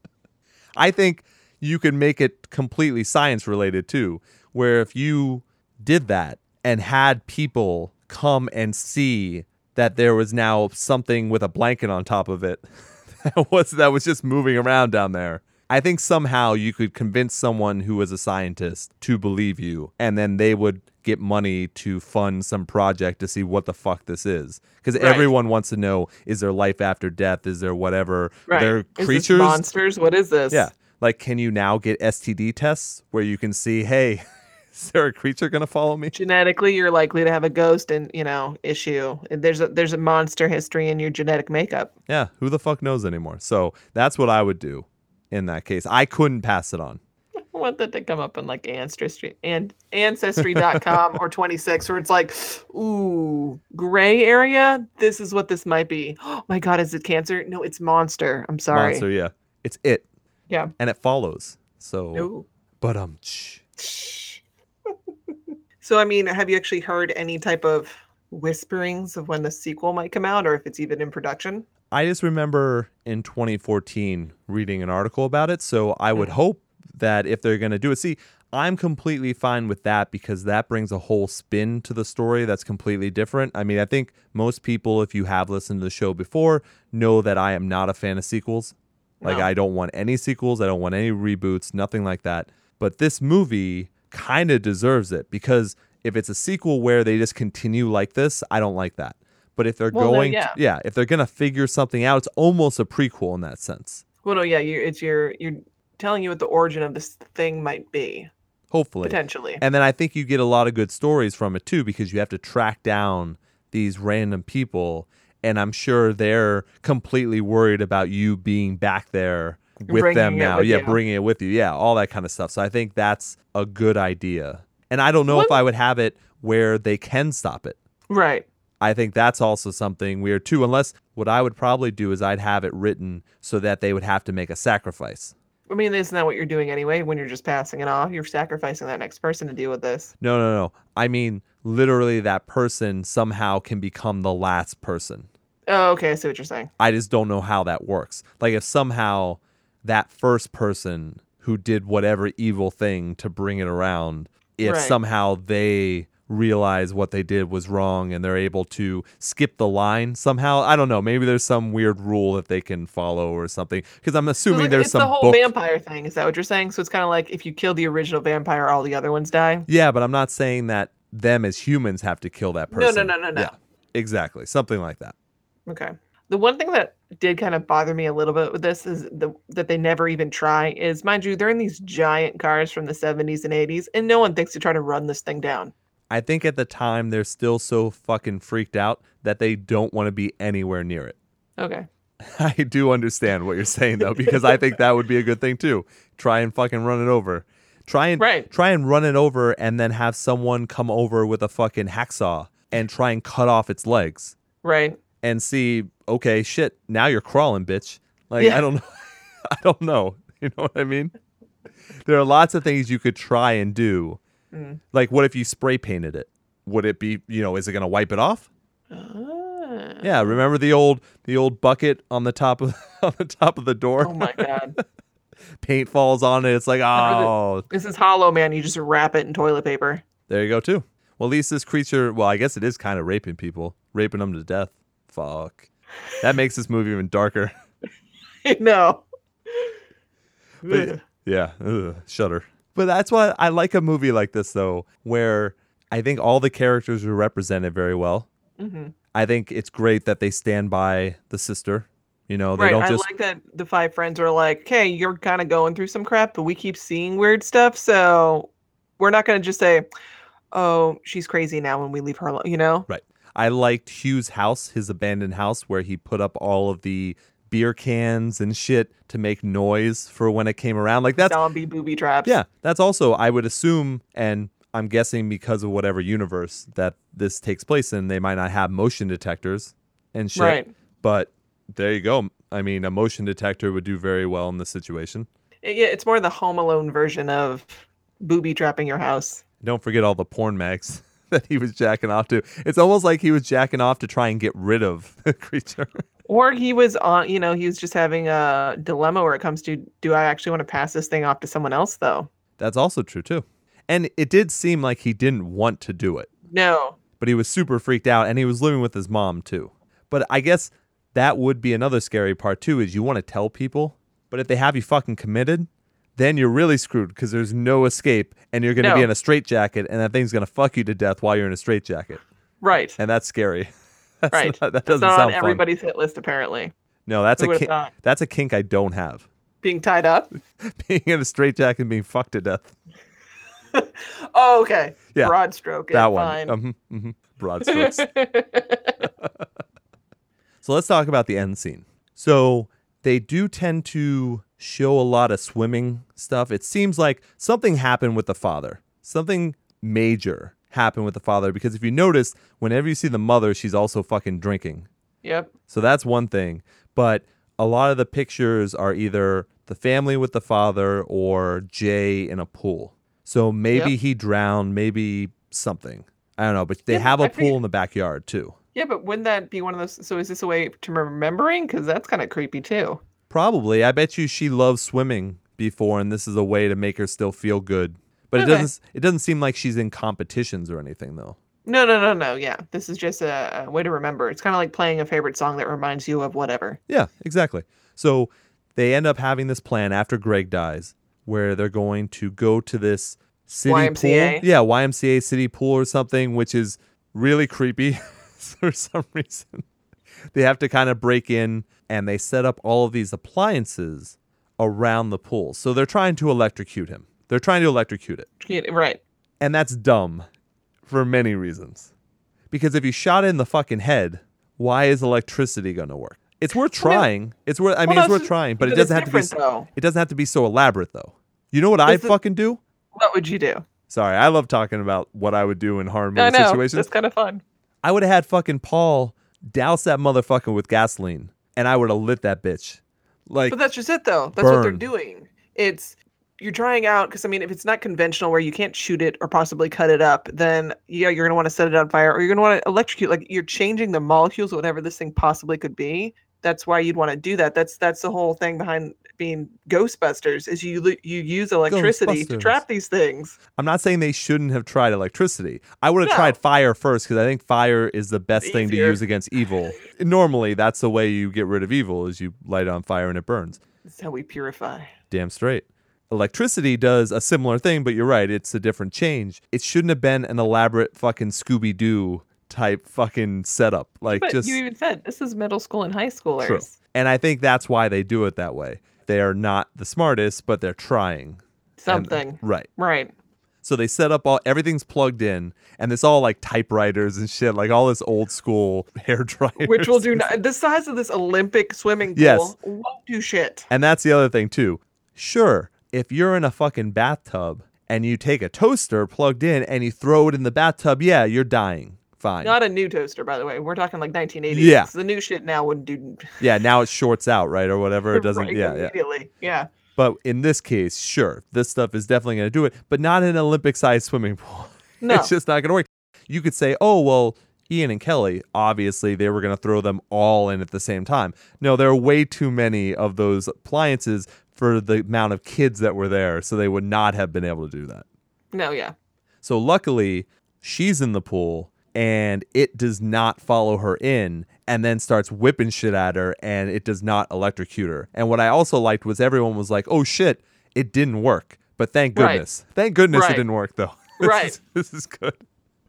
H: I think you can make it completely science related too, where if you did that and had people come and see that there was now something with a blanket on top of it that was that was just moving around down there. I think somehow you could convince someone who was a scientist to believe you and then they would get money to fund some project to see what the fuck this is because
F: Right.
H: everyone wants to know is there life after death is there whatever
F: Right.
H: there
F: Is this
H: creatures
F: monsters. What is this?
H: yeah. Like, can you now get STD tests where you can see, hey, is there a creature going to follow me?
F: genetically you're likely to have a ghost and you know issue there's a there's a monster history in your genetic makeup
H: Yeah. Who the fuck knows anymore? So that's what I would do in that case. I couldn't pass it on.
F: i want that to come up on like ancestry and ancestry.com or 26 where it's like ooh gray area this is what this might be oh my god is it cancer no it's monster i'm sorry
H: Monster, yeah. It's it.
F: Yeah.
H: And it follows. So,
F: no
H: but um, tsh.
F: so i mean have you actually heard any type of whisperings of when the sequel might come out or if it's even in production
H: I just remember in 2014 reading an article about it. So I would hope that if they're going to do it, see, I'm completely fine with that because that brings a whole spin to the story that's completely different. I mean, I think most people, if you have listened to the show before, know that I am not a fan of sequels. Like,
F: No.
H: I don't want any sequels, I don't want any reboots, nothing like that. But this movie kind of deserves it because if it's a sequel where they just continue like this, I don't like that. But if they're
F: Well, no,
H: going, to-
F: yeah.
H: yeah, if they're gonna figure something out, it's almost a prequel in that sense.
F: well no yeah you it's your you're telling you what the origin of this thing might be
H: Hopefully.
F: potentially
H: And then I think you get a lot of good stories from it too, because you have to track down these random people, and I'm sure they're completely worried about you being back there with
F: Bringing
H: them
F: it
H: now.
F: with
H: yeah,
F: you.
H: bringing it with you. Yeah, all that kind of stuff. So I think that's a good idea. And I don't know if
F: One-
H: I would have it where they can stop it.
F: right
H: I think that's also something weird too. Unless what I would probably do is I'd have it written so that they would have to make a sacrifice.
F: I mean, isn't that what you're doing anyway? When you're just passing it off, you're sacrificing that next person to deal with this.
H: No, no, no. I mean, literally, that person somehow can become the last person.
F: Oh, okay. I see what you're saying.
H: I just don't know how that works. Like, if somehow that first person who did whatever evil thing to bring it around, if
F: Right.
H: somehow they realize what they did was wrong and they're able to skip the line somehow, I don't know. Maybe there's some weird rule that they can follow or something. Because I'm
F: So it's
H: assuming
F: like-
H: there's
F: it's
H: some
F: the whole
H: book.
F: vampire thing. Is that what you're saying? So it's kind of like if you kill the original vampire, all the other ones die.
H: Yeah, but I'm not saying that them as humans have to kill that
F: No, no,
H: person.
F: no, no, no.
H: Yeah, exactly. Something like that.
F: Okay. The one thing that did kind of bother me a little bit with this is the that they never even try is mind you they're in these giant cars from the 70s and 80s and no one thinks to try to run this thing down.
H: I think at the time they're still so fucking freaked out that they don't want to be anywhere near it.
F: Okay.
H: I do understand what you're saying though, because I think that would be a good thing too. Try and fucking run it over. Try and
F: Right.
H: try and run it over and then have someone come over with a fucking hacksaw and try and cut off its legs
F: Right.
H: and see, okay, shit, now you're crawling, bitch. Like I
F: Yeah.
H: don't know I don't know. You know what I mean? There are lots of things you could try and do.
F: Mm.
H: Like what if you spray painted it? Would it be, you know, is it gonna wipe it off?
F: Ah.
H: Yeah, remember the old the old bucket on the top of on the top of the door?
F: Oh my god.
H: Paint falls on it. It's like, oh,
F: This is Hollow Man. You just wrap it in toilet paper.
H: there you go too. Well, at least this creature. Well, I guess it is kind of raping people, raping them to death. Fuck, that makes this movie even darker.
F: no.
H: But- yeah, ugh, shudder. But that's why I like a movie like this though, where I think all the characters are represented very well.
F: Mhm.
H: I think it's great that they stand by the sister. You know, Oh, they
F: Right.
H: don't
F: I
H: just
F: like that the five friends are like, "Okay, you're kind of going through some crap, but we keep seeing weird stuff, so we're not going to just say, "Oh, she's crazy now" when we leave her alone." You know?
H: Right. I liked Hugh's house, his abandoned house, where he put up all of the beer cans and shit to make noise for when it came around. Like that's
F: Zombie booby traps.
H: yeah, that's also I would assume, and I'm guessing because of whatever universe that this takes place in, they might not have motion detectors and shit.
F: Right.
H: But there you go. I mean, a motion detector would do very well in this situation.
F: It- yeah. It's more the Home Alone version of booby trapping your house.
H: Don't forget all the porn mags that he was jacking off to. It's almost like he was jacking off to try and get rid of the creature.
F: Or he was on, you know, he was just having a dilemma where it comes to, do I actually want to pass this thing off to someone else though?
H: That's also true too. And it did seem like he didn't want to do it,
F: No.
H: but he was super freaked out and he was living with his mom too. But I guess that would be another scary part too is you want to tell people, but if they have you fucking committed, then you're really screwed because there's no escape and you're going to be
F: No.
H: in a straitjacket and that thing's going to fuck you to death while you're in a straitjacket.
F: Right.
H: And that's scary. That's
F: right.
H: not- that
F: That's
H: doesn't
F: not
H: sound
F: on
H: fun.
F: everybody's hit list apparently.
H: No, that's
F: Who
H: a
F: would've
H: kink,
F: thought?
H: that's a kink I don't have.
F: Being tied up.
H: Being in a straitjacket and being fucked to death.
F: Oh, okay.
H: Yeah.
F: Broad stroke. it,
H: that one.
F: fine.
H: Mhm, mhm. Broad strokes. so let's talk about the end scene. So they do tend to show a lot of swimming stuff. It seems like something happened with the father. Something major happened with the father because if you notice, whenever you see the mother, she's also fucking drinking.
F: Yep.
H: So that's one thing. But a lot of the pictures are either the family with the father or Jay in a pool. So maybe
F: Yep.
H: he drowned, maybe something. I don't know, but they
F: Yeah,
H: have a
F: I
H: pool
F: figured-
H: in the backyard too.
F: Yeah, but wouldn't that be one of those? So is this a way to remembering? Because that's kind of creepy too.
H: Probably. I bet you she loved swimming before and this is a way to make her still feel good. But
F: Okay.
H: it doesn't it doesn't seem like she's in competitions or anything though.
F: No, no, no, no. Yeah, this is just a, a way to remember. It's kind of like playing a favorite song that reminds you of whatever.
H: Yeah, exactly. So they end up having this plan after Greg dies where they're going to go to this city
F: YMCA.
H: pool. Yeah, YMCA city pool or something, which is really creepy for some reason. They have to kind of break in and they set up all of these appliances around the pool. So they're trying to electrocute him. They're trying to electrocute it.
F: Yeah, Right.
H: And that's dumb for many reasons. Because if you shot it in the fucking head, why is electricity going to work? It's worth trying. it's worth I mean
F: Well,
H: it's
F: no,
H: worth trying, but it
F: it's
H: doesn't have to be
F: different, though.
H: it doesn't have to be so elaborate though. You know what I
F: This is-
H: fucking do?
F: What would you do?
H: Sorry, I love talking about what I would do in horror
F: I
H: movie
F: know.
H: situations.
F: That's kind of fun.
H: I would have had fucking Paul douse that motherfucker with gasoline and I would have lit that bitch. Like
F: But that's just it though. That's what they're
H: Burn.
F: doing. It's you're trying out because I mean, if it's not conventional where you can't shoot it or possibly cut it up, then yeah, you're gonna want to set it on fire or you're gonna want to electrocute. Like you're changing the molecules, whatever this thing possibly could be. That's why you'd want to do that. That's that's the whole thing behind being Ghostbusters is you lo- you use electricity to
H: Ghostbusters.
F: trap these things.
H: I'm not saying they shouldn't have tried electricity. I would have
F: No.
H: tried fire first because I think fire is the best thing to
F: Easier.
H: use against evil. Normally, that's the way you get rid of evil is you light it on fire and it burns.
F: That's how we purify.
H: Damn straight. Electricity does a similar thing, but you're right, it's a different change. It shouldn't have been an elaborate fucking Scooby Doo type fucking setup. Like
F: But
H: just
F: you even said this is middle school and high schoolers.
H: True. And uh, I think that's why they do it that way. They are not the smartest, but they're trying. And-
F: Something.
H: right.
F: Right.
H: So they set up all everything's plugged in and it's all like typewriters and shit, like all this old school hair dryer.
F: Which will do not, the size of this Olympic swimming pool
H: Yes.
F: won't do shit.
H: And that's the other thing too. Sure, if you're in a fucking bathtub and you take a toaster plugged in and you throw it in the bathtub, yeah, you're dying. Fine.
F: Not a new toaster, by the way. We're talking like 1980s.
H: Yeah.
F: The new shit now wouldn't do.
H: yeah, now it shorts out, right? Or whatever. It doesn't
F: right
H: yeah, yeah.
F: immediately. yeah.
H: But in this case, sure, this stuff is definitely going to do it, but not in an Olympic sized swimming pool.
F: No.
H: It's just not going to work. You could say, oh, well, Ian and Kelly, obviously, they were going to throw them all in at the same time. No, there are way too many of those appliances for the amount of kids that were there, so they would not have been able to do that.
F: No, yeah.
H: So luckily, she's in the pool and it does not follow her in and then starts whipping shit at her and it does not electrocute her. And what I also liked was everyone was like, "Oh shit, it didn't work." But thank
F: Right.
H: goodness. Thank goodness
F: Right.
H: it didn't work though. This
F: Right.
H: is- this is good.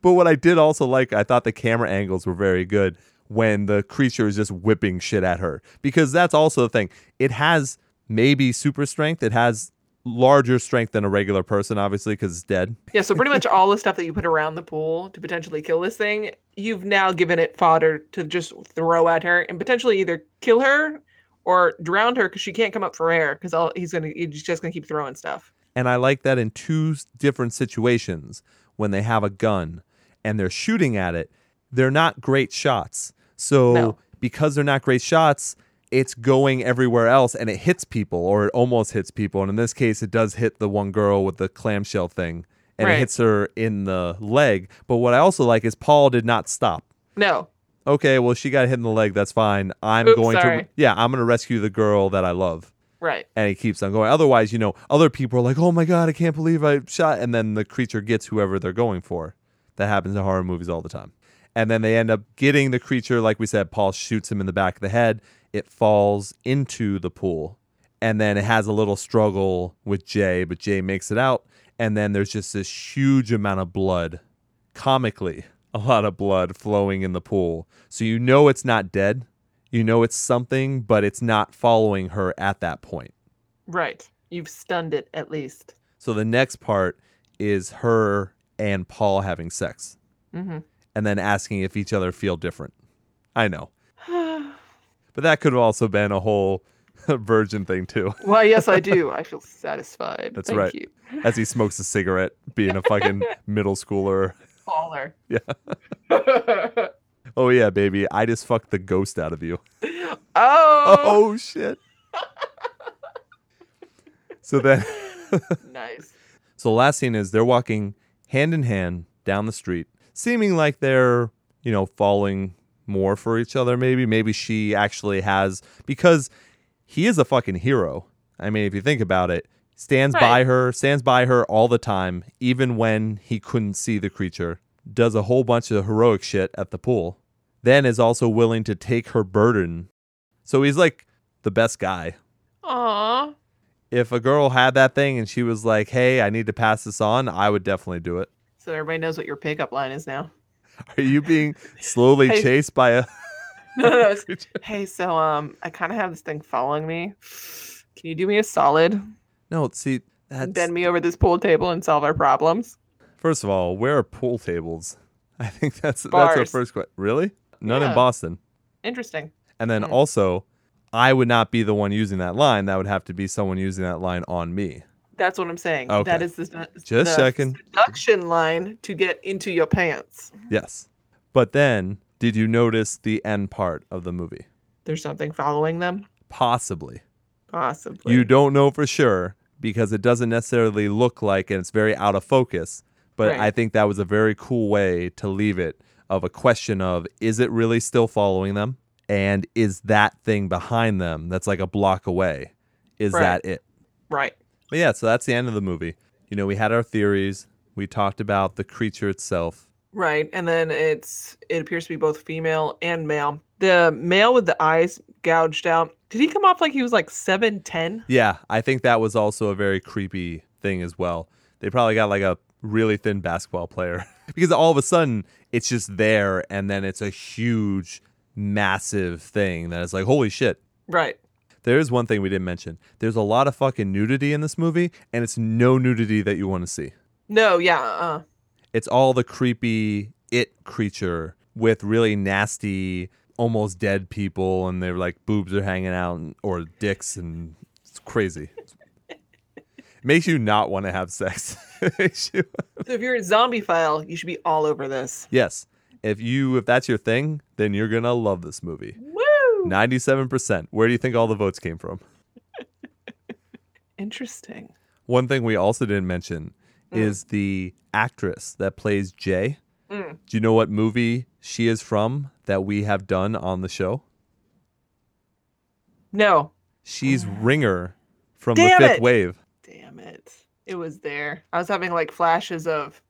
H: But what I did also like, I thought the camera angles were very good when the creature is just whipping shit at her because that's also the thing. It has maybe super strength. It has larger strength than a regular person obviously because it's dead
F: Yeah. So pretty much all the stuff that you put around the pool to potentially kill this thing, you've now given it fodder to just throw at her and potentially either kill her or drown her because she can't come up for air because all he's gonna he's just gonna keep throwing stuff.
H: And I like that in two s- different situations when they have a gun and they're shooting at it, they're not great shots. So
F: No.
H: because they're not great shots, it's going everywhere else and it hits people or it almost hits people. And in this case, it does hit the one girl with the clamshell thing and
F: Right.
H: it hits her in the leg. But what I also like is Paul did not stop.
F: No.
H: Okay, well, she got hit in the leg. That's fine. I'm
F: Oops,
H: going to,
F: sorry.
H: yeah, I'm going to rescue the girl that I love
F: Right.
H: and it keeps on going. Otherwise, you know, other people are like, "Oh my god, I can't believe I shot," and then the creature gets whoever they're going for. That happens in horror movies all the time. And then they end up getting the creature, like we said. Paul shoots him in the back of the head. It falls into the pool, and then it has a little struggle with Jay, but Jay makes it out. And then there's just this huge amount of blood, comically, a lot of blood flowing in the pool. So you know it's not dead. You know it's something, but it's not following her at that point.
F: Right. You've stunned it at least.
H: So the next part is her and Paul having sex
F: Mm-hmm.
H: and then asking if each other feel different. I know. But that could have also been a whole virgin thing too.
F: Why, yes, I do. I feel satisfied.
H: That's
F: Thank
H: right.
F: you.
H: As he smokes a cigarette, being a fucking middle schooler.
F: Baller. Yeah.
H: Oh yeah, baby. I just fucked the ghost out of you.
F: oh,
H: Oh shit. so then Oh.
F: nice.
H: So the last scene is they're walking hand in hand down the street, seeming like they're, you know, falling more for each other, maybe. Maybe she actually has, because he is a fucking hero. I mean, if you think about it, stands by
F: Right.
H: her, stands by her all the time, even when he couldn't see the creature, does a whole bunch of heroic shit at the pool, then is also willing to take her burden. So he's like the best guy
F: Aw.
H: if a girl had that thing and she was like, "Hey, I need to pass this on," I would definitely do it.
F: So everybody knows what your pickup line is now.
H: Are you being slowly
F: Hey.
H: chased by a?
F: No, no, it's- hey, so um, I kind of have this thing following me. Can you do me a solid?
H: No, see, that's
F: Bend me over this pool table and solve our problems.
H: first of all, where are pool tables? I think that's that's our
F: Bars.
H: first question. Really? None in
F: Yeah.
H: Boston.
F: Interesting.
H: And then also, I would not be the one using that line. That would have to be someone using that line on me.
F: That's what I'm saying. That
H: Okay.
F: is the, sedu-
H: Just
F: the
H: checking.
F: seduction line to get into your pants.
H: Yes. But then, did you notice the end part of the movie?
F: There's something following them.
H: Possibly.
F: Possibly.
H: You don't know for sure, because it doesn't necessarily look like and it's very out of focus. But
F: Right.
H: I think that was a very cool way to leave it of a question of is it really still following them? And is that thing behind them that's like a block away? Is
F: Right.
H: that it?
F: Right.
H: But yeah, so that's the end of the movie. You know, we had our theories. We talked about the creature itself.
F: Right. And then it's it appears to be both female and male. The male with the eyes gouged out. Did he come off like he was like seven ten?
H: Yeah, I think that was also a very creepy thing as well. They probably got like a really thin basketball player because all of a sudden it's just there and then it's a huge, massive thing that is like, holy shit.
F: Right.
H: There is one thing we didn't mention. There's a lot of fucking nudity in this movie, and it's no nudity that you want to see.
F: No, yeah. Uh,
H: it's all the creepy it creature with really nasty almost dead people and they're like boobs are hanging out and, or dicks and it's crazy makes you not want to have sex Makes you-
F: so if you're a zombie file, you should be all over this.
H: yes if you if that's your thing then you're gonna love this movie
F: Woo!
H: 97% where do you think all the votes came from
F: Interesting.
H: One thing we also didn't mention is the actress that plays Jay. Do you know what movie she is from that we have done on the show?
F: No.
H: She's Ringer from
F: Mm. Damn
H: the Fifth
F: it!
H: Wave.
F: Damn it. It was there. I was having like flashes of,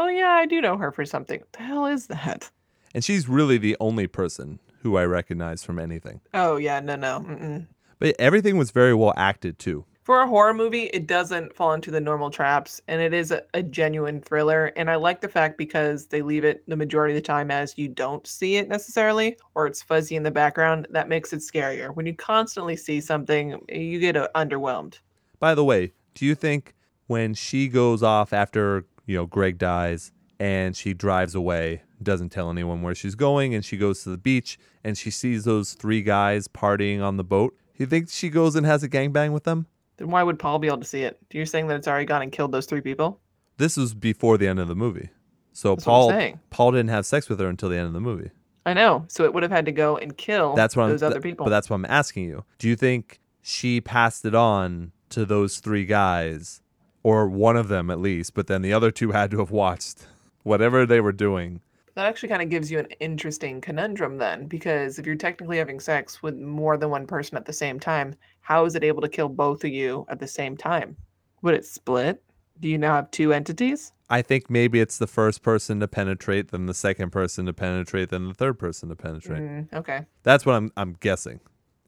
F: oh yeah, I do know her for something. What the hell is that?
H: And she's really the only person who I recognize from anything.
F: Oh yeah, no, no. Mm-mm.
H: But everything was very well acted too.
F: For a horror movie, it doesn't fall into the normal traps, and it is a, a genuine thriller. And I like the fact because they leave it the majority of the time as you don't see it necessarily, or it's fuzzy in the background. That makes it scarier. When you constantly see something, you get uh, underwhelmed.
H: By the way, do you think when she goes off after, you know, Greg dies and she drives away, doesn't tell anyone where she's going, and she goes to the beach and she sees those three guys partying on the boat, do you think she goes and has a gangbang with them?
F: Then why would Paul be able to see it? You're saying that it's already gone and killed those three people?
H: This was before the end of the movie. So
F: That's what I'm
H: Paul
F: saying.
H: Paul didn't have sex with her until the end of the movie.
F: I know. So it would have had to go and kill
H: That's what
F: those
H: I'm,
F: other
H: th-
F: people.
H: But that's what I'm asking you. Do you think she passed it on to those three guys, or one of them at least? But then the other two had to have watched whatever they were doing.
F: that actually kind of gives you an interesting conundrum then, because if you're technically having sex with more than one person at the same time, how is it able to kill both of you at the same time? Would it split? Do you now have two entities?
H: I think maybe it's the first person to penetrate, then the second person to penetrate, then the third person to penetrate.
F: Mm, okay.
H: That's what I'm I'm guessing.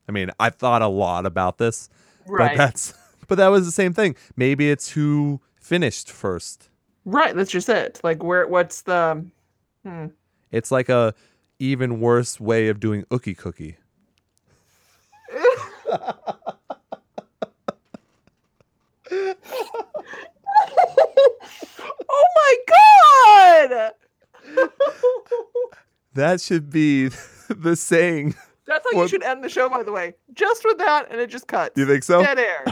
H: I mean, I thought a lot about this, but
F: Right.
H: that's but that was the same thing. Maybe it's who finished first.
F: Right. That's just it. Like, where? What's the? Hmm.
H: It's like a even worse way of doing ookie cookie.
F: Oh my god!
H: That should be the saying.
F: That's how you
H: What-
F: should end the show, by the way. Just with that, and it just cuts.
H: You think so?
F: Dead air.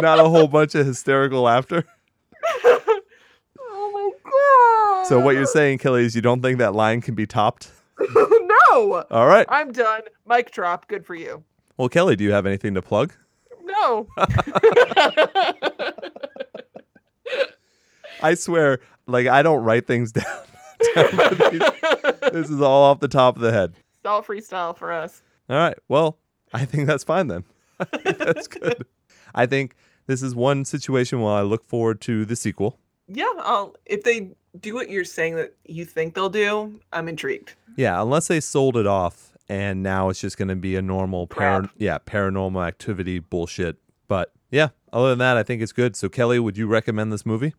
H: Not a whole bunch of hysterical laughter.
F: oh my god.
H: So what you're saying, Kelly, is you don't think that line can be topped?
F: no.
H: All right.
F: I'm done. Mic drop. Good for you.
H: Well, Kelly, do you have anything to plug?
F: No.
H: I swear, like I don't write things down. down for these. this is all off the top of the head.
F: It's all freestyle for us.
H: All right. Well, I think that's fine then. I think that's good. I think this is one situation where I look forward to the sequel.
F: Yeah. I'll, if they do what you're saying that you think they'll do, I'm intrigued.
H: Yeah, unless they sold it off and now it's just going to be a normal par-
F: Crap.
H: yeah, paranormal activity bullshit. But yeah, other than that, I think it's good. So Kelly, would you recommend this movie?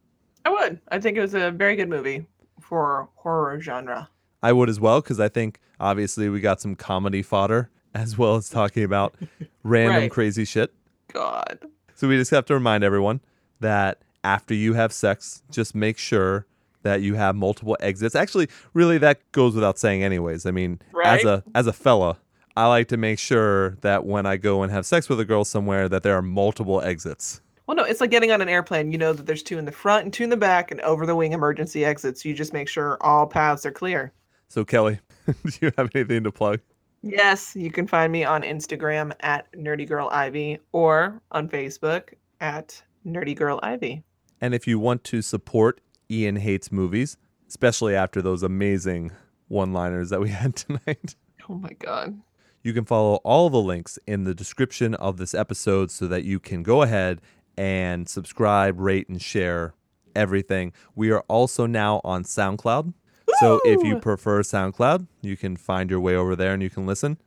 F: I would. I think it was a very good movie for horror genre.
H: I would as well because I think obviously we got some comedy fodder as well as talking about random
F: Right.
H: crazy shit.
F: God.
H: So we just have to remind everyone that after you have sex, just make sure that you have multiple exits. Actually, really that goes without saying anyways. I mean, as
F: Right.
H: a as a fella, I like to make sure that when I go and have sex with a girl somewhere that there are multiple exits.
F: Well, no, it's like getting on an airplane. You know that there's two in the front and two in the back and over the wing emergency exits. You just make sure all paths are clear.
H: So Kelly, do you have anything to plug?
F: Yes, you can find me on Instagram at Nerdy Girl Ivy or on Facebook at Nerdy Girl Ivy.
H: And if you want to support Ian Hates Movies, especially after those amazing one liners that we had tonight,
F: Oh my god.
H: you can follow all the links in the description of this episode so that you can go ahead and subscribe, rate, and share everything. We are also now on SoundCloud. So if you
F: Woo!
H: prefer SoundCloud, you can find your way over there and you can listen.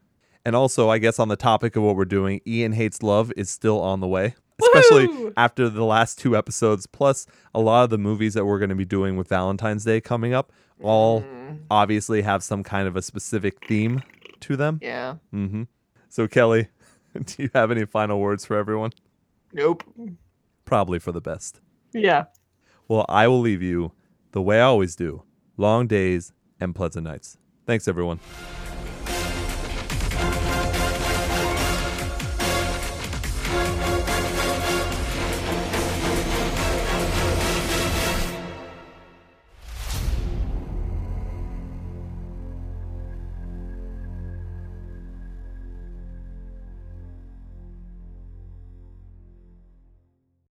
H: And also, I guess on the topic of what we're doing, Ian Hates Love is still on the way, especially
F: Woohoo!
H: after the last two episodes, plus a lot of the movies that we're going to be doing with Valentine's Day coming up, all
F: Mm-hmm.
H: obviously have some kind of a specific theme to them.
F: Yeah.
H: Mm-hmm. So, Kelly, do you have any final words for everyone?
F: Nope.
H: Probably for the best.
F: Yeah.
H: Well, I will leave you the way I always do long days and pleasant nights. Thanks, everyone.